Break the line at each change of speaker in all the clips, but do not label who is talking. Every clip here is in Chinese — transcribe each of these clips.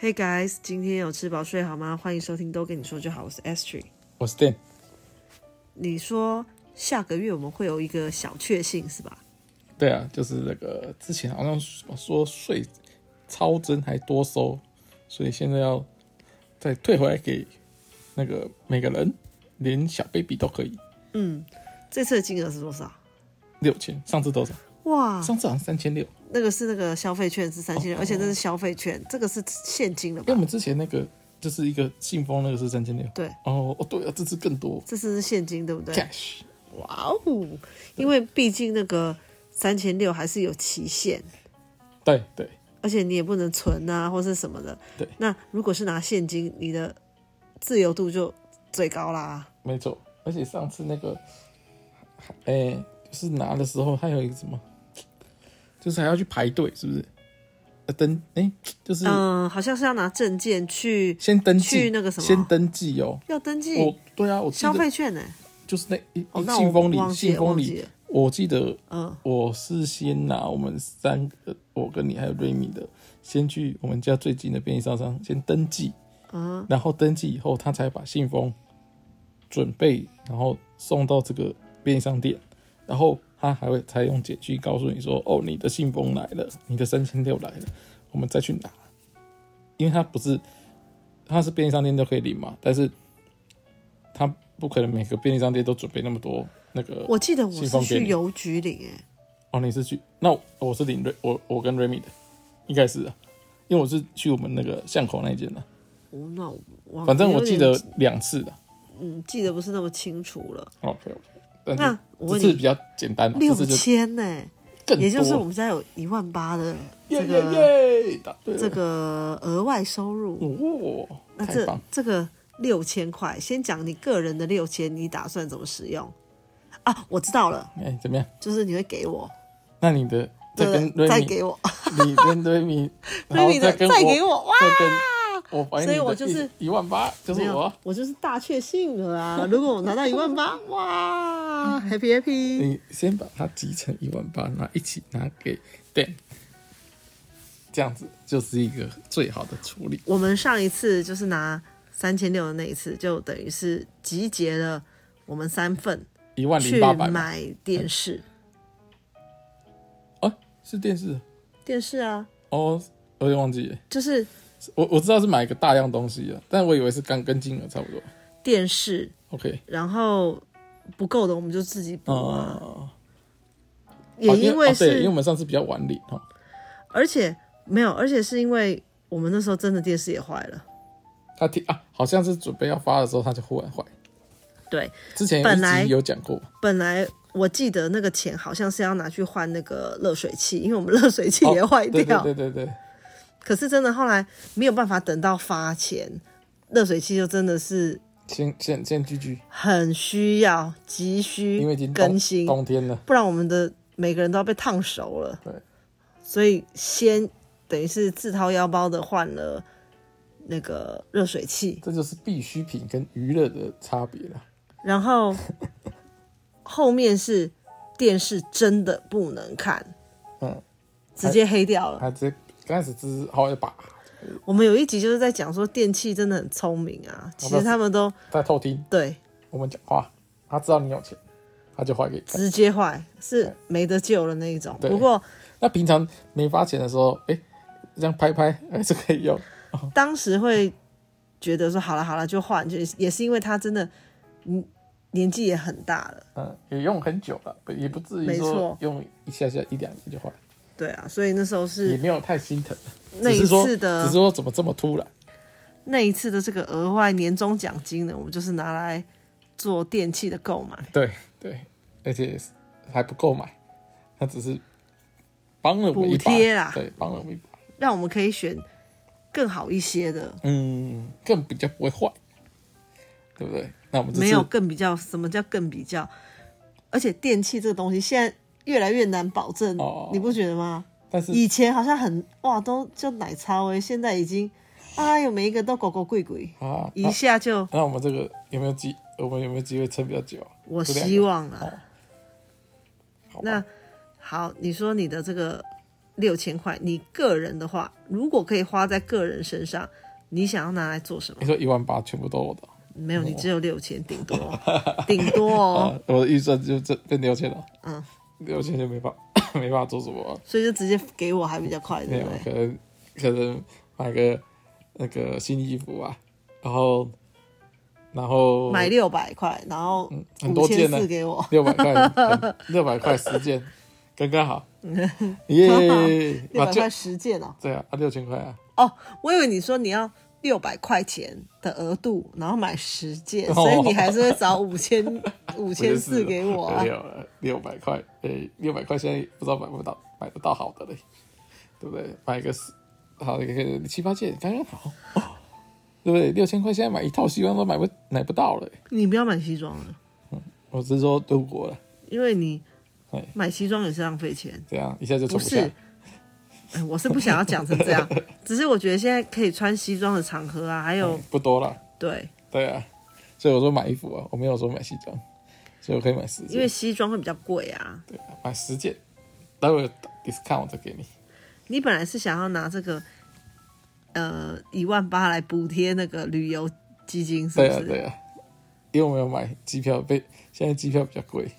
Hey guys，今天有吃饱睡好吗？欢迎收听都跟你说就好，我是 S Tree。
我是 Dan，
你说下个月我们会有一个小确幸是吧？
对啊，就是那个之前好像说说税超征还多收，所以现在要再退回来给那个每个人，连小 baby 都可以
这次的金额是多少？
六千。上次多少？
哇，
上次好像三千六，因
那个是那个消费券是三千六，而且那是消费券，这个是现金的吧
为我？们之前那个就是一个信封那个是三千六。
对，
哦哦对啊，这次更多
这次是现金对不对？
cash。
哇哦，因为毕竟那个三千六还是有期限，
对对，
而且你也不能存啊或是什么的。
对
那如果是拿现金，你的自由度就最高啦。
没错。而且上次那个，哎、就是拿的时候还有一个什么，就是还要去排队，是不是？呃，登哎、就是
嗯，好像是要拿证件去
先登记，
去那个什么
先登记哦。
要登
我
记
对啊，我记
消
得
费券呢、
就是那一
哦
一
那
信封
我忘
里，
记
信
了
封
忘记
里
了，
我记得
嗯，
我是先拿我们三个，我跟你还有瑞米的，先去我们家最近的便利商商先登记，
嗯，
然后登记以后，他才把信封准备，然后送到这个便利商店，然后他还会才用简讯告诉你说，哦，你的信封来了，你的三千六来了，我们再去拿，因为他不是，他是便利商店都可以领嘛，但是他不可能每个便利商店都准备那么多那个。
我记得我
信
是
封给
去
你
邮局领诶、
哦，你是去？那我我是领瑞，我我跟瑞米的，应该是啊，因为我是去我们那个巷口那一间的，
哦，那我忘
反正
有
我记
点
得两次的。
嗯记得不是那么清楚了。
OK OK，但哦是
那我
这
问
次
你
比，较简单啊，这
六
次就
千呢，
更多，
也就是我们家有一万八的这
耶耶
个
耶，答对了
这个额外收入。
哦，
那
太
这
棒！
这个六千块，先讲你个人的六千，你打算怎么使用？啊，我知道了，
哎，怎么样？
就是你会给我，
那你的再
对
跟
不对
瑞
再
米，
给我，
你跟瑞 米，然
瑞
后
米的
再跟我，
再给我，哇！
再跟我还
所以
你
我
的
就是
一万八，就是
没有，
我啊。
我就是大确幸了啊！如果我拿到一万 八，哇，happy happy！
你先把它集成一万八，然后一起拿给 Dan，这样子就是一个最好的处理。
我们上一次就是拿三千六的那一次，就等于是集结了我们三份
一万零
去
八百
买电视，
哦，是电视
电视啊，
哦，我有点忘记了，
就是
我我知道是买一个大量东西啊，但我以为是刚跟金额差不多。
电视，
OK，
然后不够的我们就自己补啊。
哦，
也因为
哦对，因
是
为我，们上次比较晚领哦，
而且没有，而且是因为我们那时候真的电视也坏了，
他听啊，好像是准备要发的时候，他就忽然坏。
对，
之前有一
本来
集有讲过，
本来我记得那个钱好像是要拿去换那个热水器，因为我们热水器
哦
也坏掉。
对对对对对，
可是真的后来没有办法等到发钱，热水器就真的是
先先先 GG，
很需要、急需
因为已经冬
更新，
冬天了，
不然我们的每个人都要被烫熟了。
对，
所以先等于是自掏腰包的换了那个热水器，
这就是必需品跟娱乐的差别了。
然 后后面是电视真的不能看，
嗯，
直接黑掉了。
他这刚开始只是好一把，
我们有一集就是在讲说电器真的很聪明
哦
啊，其实他们都
在偷听
对
我们讲话，他知道你有钱，他就坏给你看。
直接坏是没得救的那一种。
对
不过
那平常没发钱的时候，哎、这样拍拍还是可以用。
当时会觉得说好了好了就换，就也是因为他真的嗯年纪也很大了，
嗯，也用很久了，不也不至
没
于
错
说用一下下一两年就坏，
对啊，所以那时候
也
是
没有太心疼。
那一
只是说
次的
只是说怎么这么突然？
那一次的这个额外年终奖金呢，我们就是拿来做电器的购买。
对对，而且还不够买，他只是帮了我一把，
补贴啦
对，帮了我一把，
让我们可以选更好一些的，
嗯，更比较不会坏，对不对？那我们这次
没有更比较。什么叫更比较？而且电器这个东西现在越来越难保证，
哦
你不觉得吗？
但是
以前好像很哇，都就奶超哎，现在已经，哎呦，每一个都狗狗贵贵，
啊，
一
那
下就、
那我们这个有没有机？我们有没有机会撑比较久啊？
我
这两个
希望啊。
哦好吧
那好，你说你的这个六千块，你个人的话，如果可以花在个人身上，你想要拿来做什么
你？说一万八全部都我的，
没有，你
哦
只有六千，顶 多，顶多哦，
啊，我的预算就这变六千了，
嗯，
六千就没法 没法做什么、啊，
所以就直接给我还比较快，
没
对
有
不对？
啊可能可能买个那个新衣服啊，然后然后
买六百块，然后
嗯很
五
多
千
件呢啊
四，给我，
六百块，六百块十件，刚刚 好，耶，啊
六百
就
块十件哦。
对啊，啊六千块啊，
哦，我以为你说你要六百块钱的额度，然后买十件，
哦
所以你还是会找五 千五千四给我啊
没？有了六百块，诶，六百块现在不知道买不到买得到好的嘞，对不对？买个十，好一个七八件刚刚好，哦对不对？六千块现在买一套西装都买不买不到了，
你不要买西装了，
我是说德国了，
因为你
哎，
买西装也是浪费钱。
这样一下就
不
存下
是。，哎，我是不想要讲成 这样，只是我觉得现在可以穿西装的场合啊，还有
不多了，
对，
对啊，所以我说买衣服啊，我没有说买西装，所以我可以买十件，
因为西装会比较贵啊。
对啊，买十件，待会 discount 给你，
你本来是想要拿这个呃一万八来补贴那个旅游基金，是不
对
是？
啊，对啊，因为我没有买机票，被现在机票比较贵，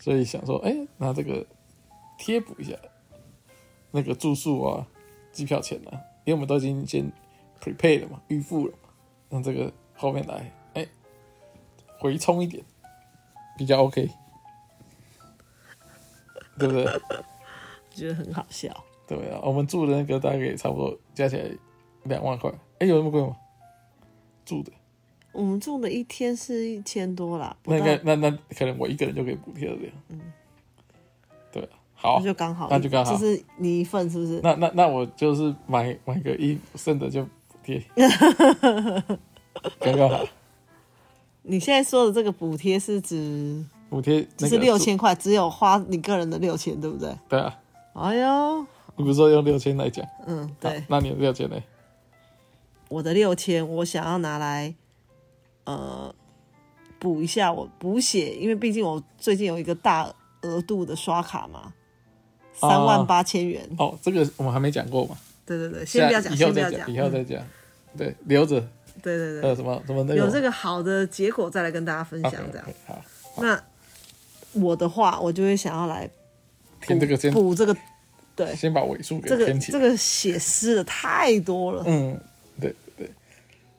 所以想说，哎、拿这个贴补一下那个住宿啊、机票钱啊，因为我们都已经先 prepay 了嘛，预付了嘛，让这个后面来，哎、回充一点，比较 OK，对不对？
觉得很好笑。
对啊，我们住的那个大概也差不多加起来两万块，哎、有那么贵吗？住的。
我们住的一天是一千多啦，不
那
到
应该那那可能我一个人就可以补贴了这样。嗯，对，啊好
那，就刚好，
哦那就刚好
是你一份是不是？
那那那我就是买买个衣服剩的就补 贴，刚刚好
你现在说的这个补贴是指
补贴
就
那
是
个
六，千块，只有花你个人的六千，对不对？
对啊，
哎呦，
你不是说用六千来讲，
嗯，
好
对，
那你的六千呢？
我的六千我想要拿来呃补一下我补血，因为毕竟我最近有一个大额度的刷卡嘛，三万八千元。
哦，这个我们还没讲过嘛，
对对对，先不要讲，
下以
先
后
不
再
要讲，
以后再讲，对，留着，
对对
呃，
对，
什么什么那个，
有这个好的结果再来跟大家分享
OK，
这样。
好，
那我的话，我就会想要来
听这个先
补这个，对，
先把尾数给
这个
填起
这
来，
个写诗的太多了。
嗯，对对对，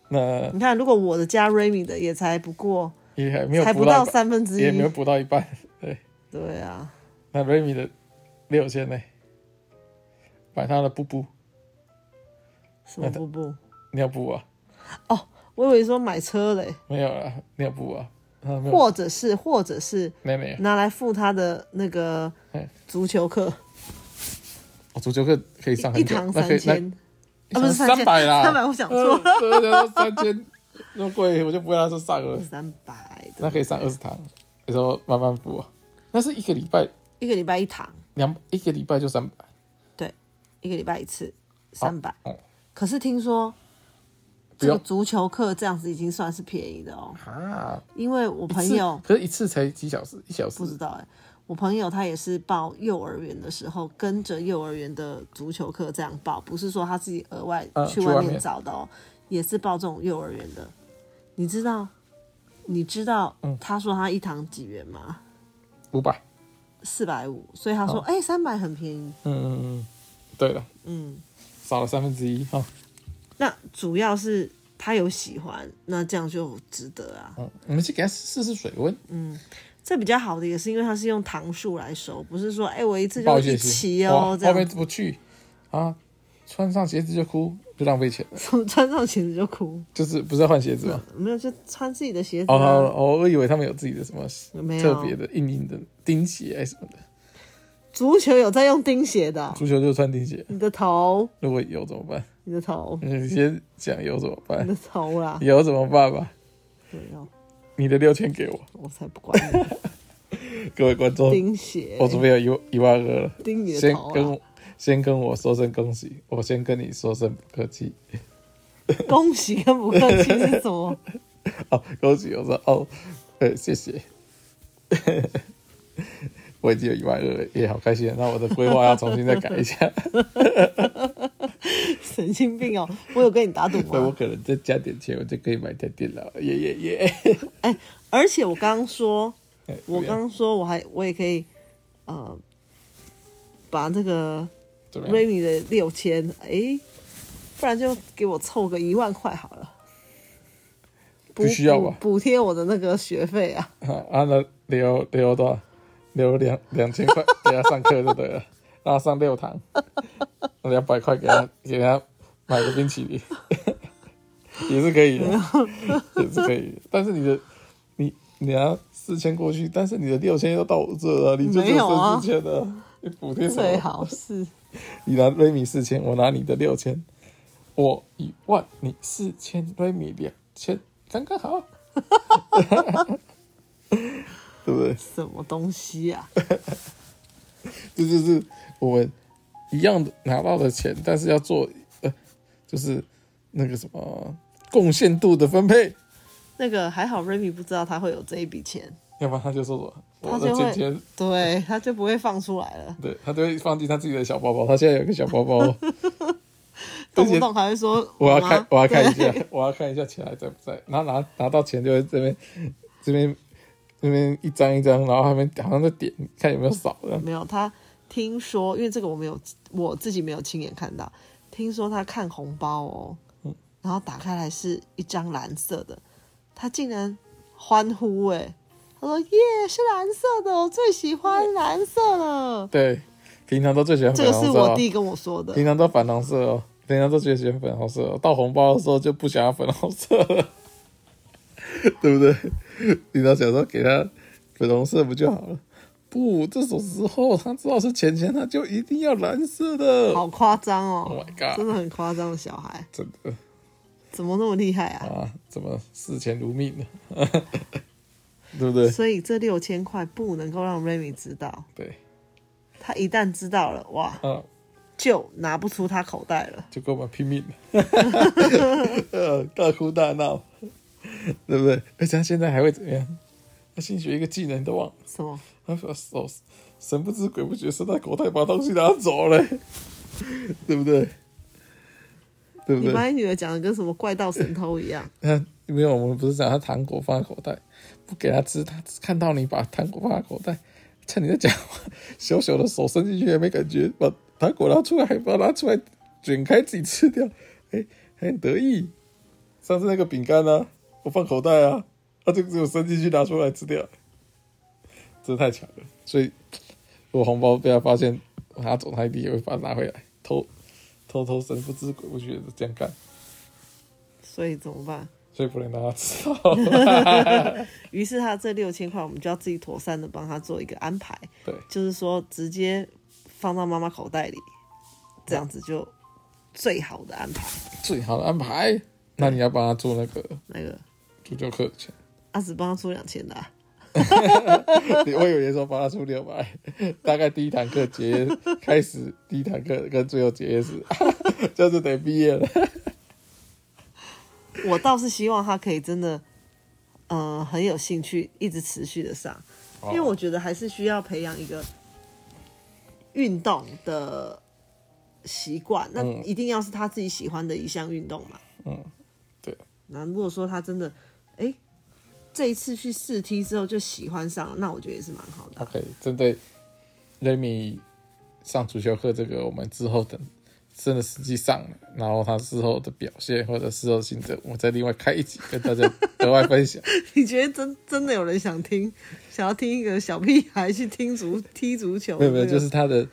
那
你看，如果我的加 Remy 的也才不过，
也还没有
才不
补到
到
一半
三分之
也没有
一，
补到一半， 对。
对啊，
那 Remy 的六千呢？买他的布布
什么不不？
尿布啊，
哦我以为说买车嘞，
没有啦，尿布啊，他没有
或者是或者是
妹妹啊，
拿来付他的那个
嗯
足球课，
哦足球课可以上
一
很久，
堂
那
三
可以那
千，啊不是三
三
千
百啦，
三百我想错了，
呃，对我想说三千那么贵，我就不会让他说上了，
三百
那
的，
可以上二十堂，你说慢慢补啊，那是一个礼拜
一个礼拜一堂，
两一个礼拜就三百，
对，一个礼拜一次，三百。
哦，
可是听说
不
这个
用
足球课这样子已经算是便宜的哦，
啊，
因为我
一
朋
次
友
可是一次才几小时，一小时
不知道哎、我朋友他也是报幼儿园的时候跟着幼儿园的足球课这样报，不是说他自己额外
嗯
去
去外
面
面
找的哦，也是报这种幼儿园的。你知道，你知道
嗯
他说他一堂几元吗？
五百，
四百五，所以他说哎三百很便宜。
哦嗯嗯嗯，对了，嗯，少了三分之一哈。
那主要是他有喜欢，那这样就值得啊。
嗯，我们去给它试试水温，
这比较好的也是因为它是用堂数来收，不是说哎、我一次
报
就
一些
一
鞋
期
哇
哦这
后面
样，
不去啊，穿上鞋子就哭，就浪费钱了，
从 穿上鞋子就哭，
就是不是要换鞋子吗？
没有就穿自己的鞋子、
哦
啊。
哦，我以为他们有自己的什么
没有
特别的硬硬的钉鞋还是什么的，
足球有在用钉鞋的哦、
足球就穿钉鞋，
你的头，
如果有怎么办？
你的头，
你先讲有怎么办
你？的头啦！
有怎么办吧？
没有，
你的六千给我，
我才不管你
各位观众，
钉鞋
我，准备有一万一万二了，
钉你的
先
头啊
跟
啦！
我先跟我说声恭喜，我先跟你说声不客气。
恭喜跟不客气是什么？
哦，恭喜！我说哦，呃，谢谢。我已经有一万二了，也好开心啊。那我的规划要重新再改一下，
神经病哦！我有跟你打赌
所以我
吗？
可能再加点钱，我就可以买台电脑。耶耶耶！
哎，而且我刚刚说，
哎
我
不要
刚刚说我还我也可以，呃，把那个
怎么样
Remy 的六千，哎，不然就给我凑个一万块好了。补
不需要吧
补补贴我的那个学费啊！
啊，啊那留留多少？留两两千块 给他上课就对了，让他上六堂，两百块给他给他买个冰淇淋， 也是可以的，也是可以的。但是你的你你要四千过去，但是你的六千又到我这了，你就只
没有啊
剩四千了，你补贴什么？
最好是
你拿瑞米四千，我拿你的六千，我一万，你四千，瑞米两千，刚刚好， 对不对？
什么东西啊？
这就是我们一样的拿到的钱，但是要做呃，就是那个什么贡献度的分配，
那个还好，Remy 不知道他会有这一笔钱，
要不然他就说我我
他
的
就
钱钱
会，对他就不会放出来 了，
对他就会放进他自己的小包包，他现在有一个小包包哦，
动不动还会说
我要
妈
看，我要看一
对
下， 我要看一下钱还在不在。然后拿拿到钱就会这边这边这边一张一张，然后他们好像在点看有没有少的。
没有，他听说，因为这个我没有，我自己没有亲眼看到。听说他看红包哦，
嗯
然后打开来是一张蓝色的，他竟然欢呼哎、他说耶是蓝色的，我最喜欢蓝色了。
对，平常都最喜欢
这个
粉红
是
色、
我
哦，
弟跟我说的，
平常都粉红色哦，平常都最喜欢粉红色、哦。到红包的时候就不想要粉红色了， 对不对？平常想说给他粉红色不就好了？不，这种时候他知道是钱钱，他就一定要蓝色的。
好夸张
Oh
哦
my god
真的很夸张的小孩，
真的。
怎么那么厉害啊？
啊，怎么视钱如命呢？ 对不对？
所以这六千块不能够让 Remy 知道，
对
他一旦知道了，哇，
啊，
就拿不出他口袋了。
就跟我们拼 命了，呃，大哭大闹，对不对？而且他现在还会怎么样？他新学一个技能都忘了，
什么？
他说手神不知鬼不觉，伸到口袋把东西拿走了， 对不对？对不
你
对？
把你女儿讲的跟什么怪盗神偷一样，
他没有，我们不是讲他糖果放在口袋，不给他吃，他看到你把糖果放在口袋，趁你在讲话，小小的手伸进去还没感觉，把糖果拿出来，把它拿出来卷开自己吃掉，哎，还很得意。上次那个饼干呢、我放口袋啊，他就只有伸进去拿出来吃掉，真的太强了。所以，如果红包被他发现，他走他一定也会把它拿回来，偷偷偷神不知鬼不觉的这样干，
所以怎么办？
所以不能让他知道。
于是他这六千块，我们就要自己妥善的帮他做一个安排，
对。
就是说直接放到妈妈口袋里，这样子就最好的安排。
最好的安排。那你要帮他做那个
那个
足球课程，
阿紫帮他出两千的、啊，
你我以为说帮他出六百， 大概第一堂课结业开始，第一堂课跟最后结业时， 就是得毕业了。
我倒是希望他可以真的，呃，很有兴趣，一直持续的上，
哦
因为我觉得还是需要培养一个运动的习惯，那一定要是他自己喜欢的一项运动嘛。
嗯，对，
那如果说他真的，哎、这一次去试踢之后就喜欢上了，那我觉得也是蛮好的
他
啊。
可以针对 Remy 上足球课这个，我们之后等真的实际上了，然后他事后的表现或者事后心得，我再另外开一集跟大家 额外分享。
你觉得真真的有人想听，想要听一个小屁孩去听足踢足球？
没有没有，就是他的，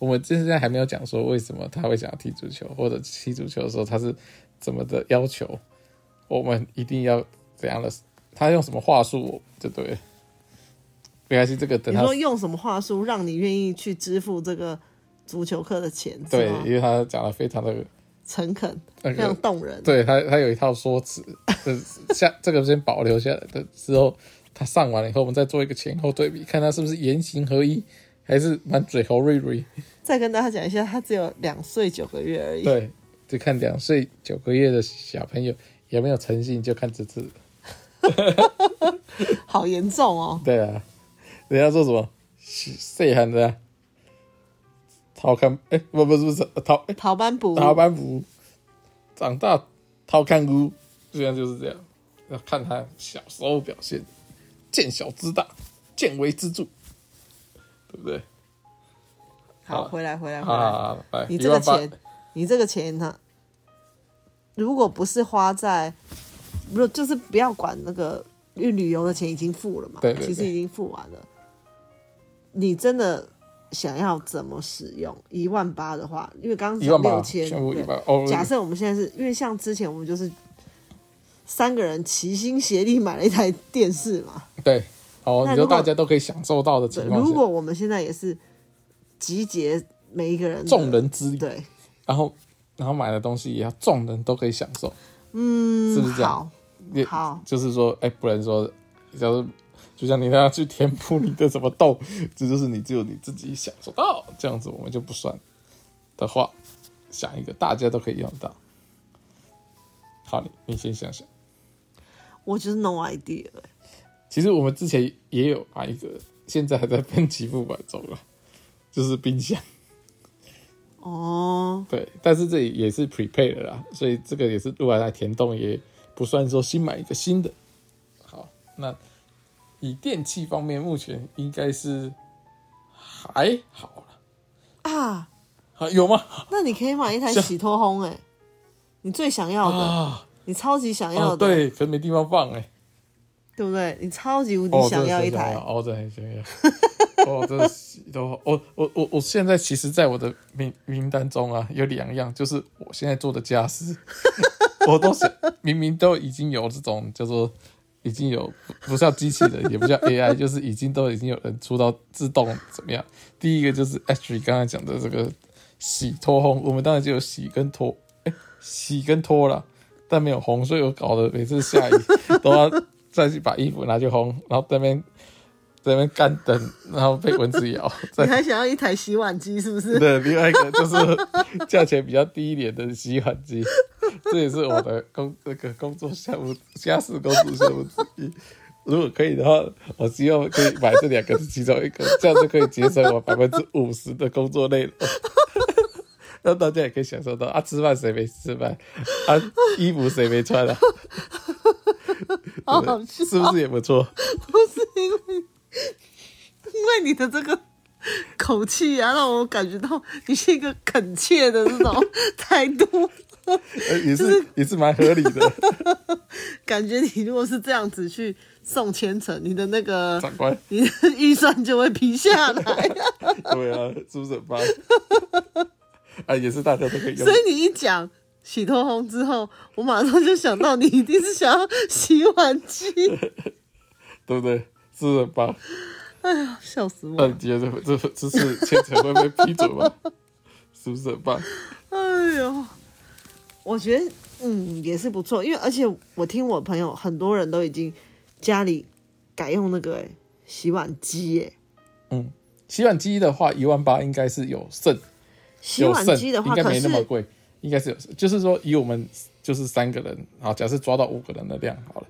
我们现在还没有讲说为什么他会想要踢足球，或者踢足球的时候他是怎么的要求，我们一定要怎样的，他用什么话术，我就对了。没关系，这个等
你
他
说用什么话术让你愿意去支付这个足球课的钱？是
对
吗，
因为他讲的非常的，
诚恳，
那
非
个
常动人。
对他他有一套说辞，就是下这个先保留下来的之后，他上完了以后，我们再做一个前后对比，看他是不是言行合一，还是满嘴猴瑞瑞。
再跟大家讲一下，他只有两岁九个月而已。
对，就看两岁九个月的小朋友有没有诚信，就看这次。
好严重哦！哦
对啊，人家说什么是谁喊的、啊？陶看哎、不不是不是陶哎
逃班补
陶班福长大陶看屋，居然就是这样。要看他小时候表现，见小知大，见微知著，对不对？
好，回来回来回来，
啊，来，
你这个
18,000
钱，你这个钱呢，如果不是花在，如果就是不要管那个，因为旅游的钱已经付了嘛，
对对对
其实已经付完了。你真的想要怎么使用一万八的话，因为刚刚
一万八，
六千，
全部一
对
万哦，
假设我们现在是因为像之前我们就是三个人齐心协力买了一台电视嘛，
对，哦，
那
你说
如果
大家都可以享受到的
对，
情况
如
下，
果我们现在也是集结每一个人的
众人之力，
对，
然后然后买的东西也要众人都可以享受，嗯，是不是这样？
好，
也
好
就是说，哎、不能说，就是就像你那样去填补你的什么洞， 这就是你只有你自己享受到，这样子我们就不算的话，想一个大家都可以用到。好，你你先想想。
我就是 no idea 欸了
其实我们之前也有买一个，现在还在分期付款中了，就是冰箱。
哦，
对，但是这里也是 prepay 的啦，所以这个也是如果来填洞，也不算说新买一个新的。好，那以电器方面，目前应该是还好了，
啊，
啊有吗？
那你可以买一台洗脱烘哎、你最想要的，
啊，
你超级想要的，
哦对，可是没地方放哎、
对不对？你超级无敌
哦，真
想
的
要
是
一台，
想要哦，真的很想要。哦，真的是都我我我我现在其实，在我的名名单中啊，有两样，就是我现在做的家事， 我都是明明都已经有这种叫做已经有不叫机器人，也不叫 AI，就是已经都已经有人出到自动怎么样？第一个就是 Ashley 刚才讲的这个洗脱烘，我们当然就有洗跟脱，哎、洗跟脱了，但没有烘，所以我搞得每次下雨 都要再去把衣服拿去烘，然后在那边在那边干等，然后被蚊子咬，再
你还想要一台洗碗机是不是？
对，另外一个就是价钱比较低一点的洗碗机， 这也是我的工那个工作项目，家事工作项目之一。如果可以的话，我希望可以买这两个是其中一个，这样就可以节省我百分之五十的工作内容。 让大家也可以享受到啊，吃饭谁没吃饭啊，衣服谁没穿啊，
好
对不
好
对
笑，
是不是也不错？
不是因为因为你的这个口气啊，让我感觉到你是一个恳切的这 种态度，
呃也是也是蛮合理的，
感觉你如果是这样子去送千层，你的那个
长官。
你的预算就会平下来。
对啊，是不是很棒？啊，也是大家都可以用
所。以你一讲洗脱烘之后，我马上就想到你一定是想要洗碗 机，
对不对？是不是很棒？
笑死我
那
了！
你觉得这这这次千层会被批准 吗？是不是很棒？
哎呦，我觉得嗯也是不错，因为而且我听我朋友很多人都已经家里改用那个、欸、洗碗机、欸，
嗯，洗碗机的话，一万八应该是有剩，
洗
有
碗
剩，
机的
应
话
该
可
没那么
是
贵，应该是有剩。就是说，以我们就是三个人，好，假设抓到五个人的量好了，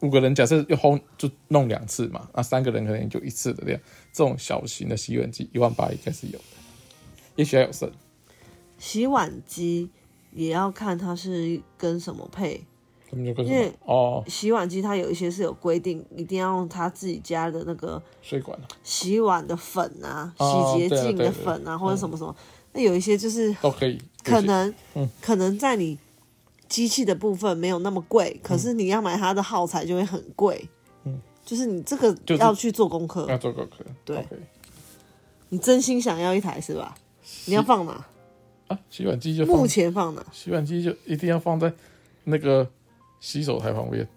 五个人假设要烘就弄两次嘛，那三个人可能也就一次的量。这种小型的洗碗机，一万八应该是有的，也许还有剩。
洗碗机也要看它是跟什么配。
他们就跟
因
什
为
么？哦，
洗碗机它有一些是有规定，一定要用它自己家的那个
水管啊
洗碗的粉啊、
哦
洗洁精
对啊对啊嗯
的粉啊，或者什么什么。那有一些就是
都可以，
可能，可能在你机器的部分没有那么
嗯
贵，可是你要买它的耗材就会很贵。就是你这个
就是嗯
要去做功课，
要做功课，
对
都可以
你真心想要一台是吧？你要放哪？
啊。洗碗机就放
目，前放哪？
洗碗机就一定要放在那个洗手台旁边，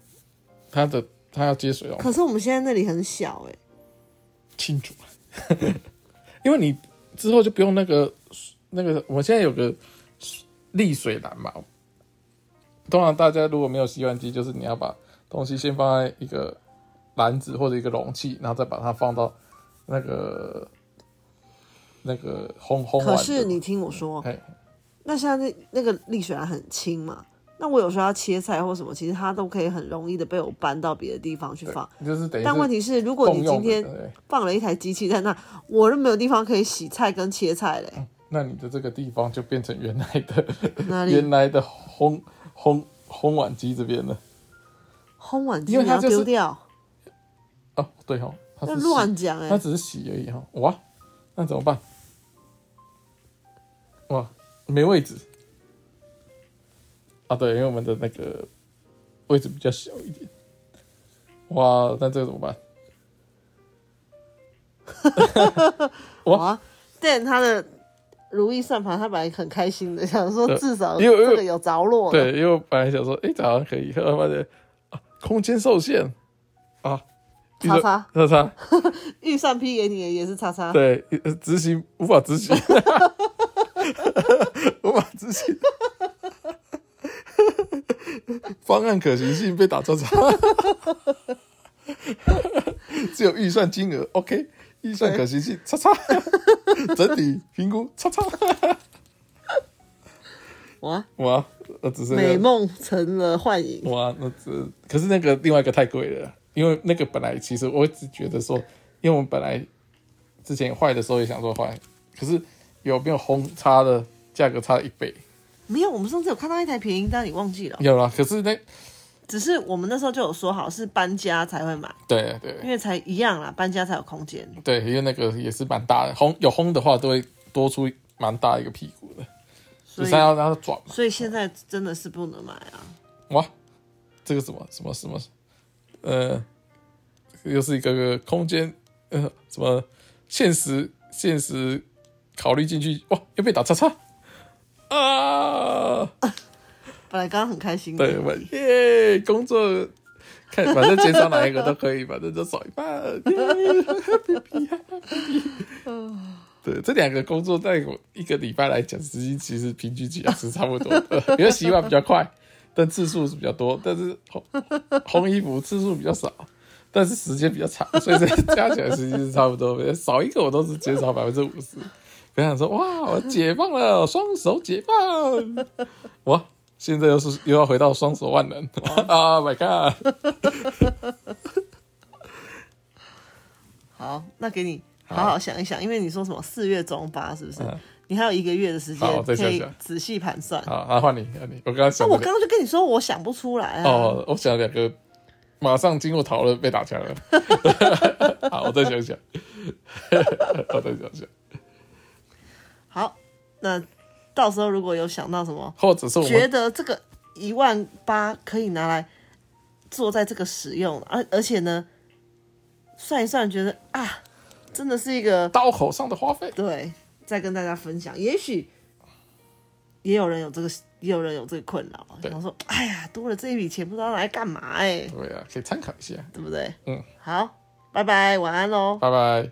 它的它要接水龙头
可是我们现在那里很小哎、
清楚， 因为你之后就不用那个那个，我现在有个沥水篮嘛。通常大家如果没有洗碗机，就是你要把东西先放在一个篮子或者一个容器，然后再把它放到那个那个烘烘碗的。
可是你听我说，
哎，
那现在那那个沥水还很轻嘛，那我有时候要切菜或什么，其实它都可以很容易的被我搬到别的地方去放。
就是等于是
但问题是，如果
共
你
用
今
的，
天
对不对
放了一台机器在那，我都没有地方可以洗菜跟切菜嘞。
那你的这个地方就变成原来的
哪里
原来的烘烘烘碗机这边了。
烘碗机
因为
你
它
要
就是
丢掉，
哦，对哦，它
那
是
乱讲哎
它。只是洗而已哈、哦。哇，那怎么办？哇，没位置啊！对，因为我们的那个位置比较小一点。哇，那这个怎么办？哇
哇，但他的如意算盘，他本来很开心的，想说
对
至少
因为
这个有着落。
对，，因为我本来想说，哎、这好像可以，他妈的啊，空间受限啊，一
叉
个
叉
叉叉，
预算批给你的也是叉叉。
对，呃执行无法执行， 无法执行，方案可行性被打叉叉，只有预算金额，OK，预算可行性叉叉，整体评估叉叉，
哇，
哇，呃，只是
美梦成了幻影。
哇，那这可是那个另外一个太贵了，因为那个本来其实我一直觉得说，因为我们本来之前坏的时候也想说坏，可是有没有红差的价格差一倍？
没有，我们上次有看到一台便宜，但你忘记了。
有啦，可是那
只是我们那时候就有说好是搬家才会买，
对啊对
因为才一样啦，搬家才有空间。
对，因为那个也是蛮大的，烘有烘的话都会多出蛮大一个屁股的，
所
就
以
是要让它转嘛。
所以现在真的是不能买啊。
哇，这个什么什么什么，呃，又是一个个空间，呃，什么现实现实考虑进去，哇，又被打叉叉啊！
本来刚刚很开心的，
对，我耶，工作看反正减少哪一个都可以，反正就少一半， 耶 happy 啊 happy 对，这两个工作在我一个礼拜来讲，实际其实平均起来是差不多的， 因为洗碗比较快，但次数是比较多，但是烘烘衣服次数比较少，但是时间比较长，所以这加起来实际是差不多的，少一个我都是减少百分之五十。我想说，哇，我解放了，双手解放，哇！现在又是又要回到双手万能 啊、oh、！My God，
好，那给你好好想一想，因为你说什么四月中发是不是？
嗯
你还有一个月的时
好
间可
再想
以
想
仔细盘算。
好，那换你，换你。我刚刚
那
想了
啊我刚刚就跟你说，我想不出来啊。
哦，我想了两个，马上经过讨论被打枪了。 好，我再想 想，我再想想，
好，那到时候如果有想到什么，
或者是我
觉
们
得这个一万八可以拿来做在这个使用，而而且呢，算一算觉得啊，真的是一个
刀口上的花费。
对，再跟大家分享，也许也有人有这个，也有人有这个困扰，
对
想说，哎呀，多了这一笔钱不知道拿来干嘛哎、
对啊，可以参考一下。
对不对？
嗯，
好，拜拜，晚安喽。
拜拜。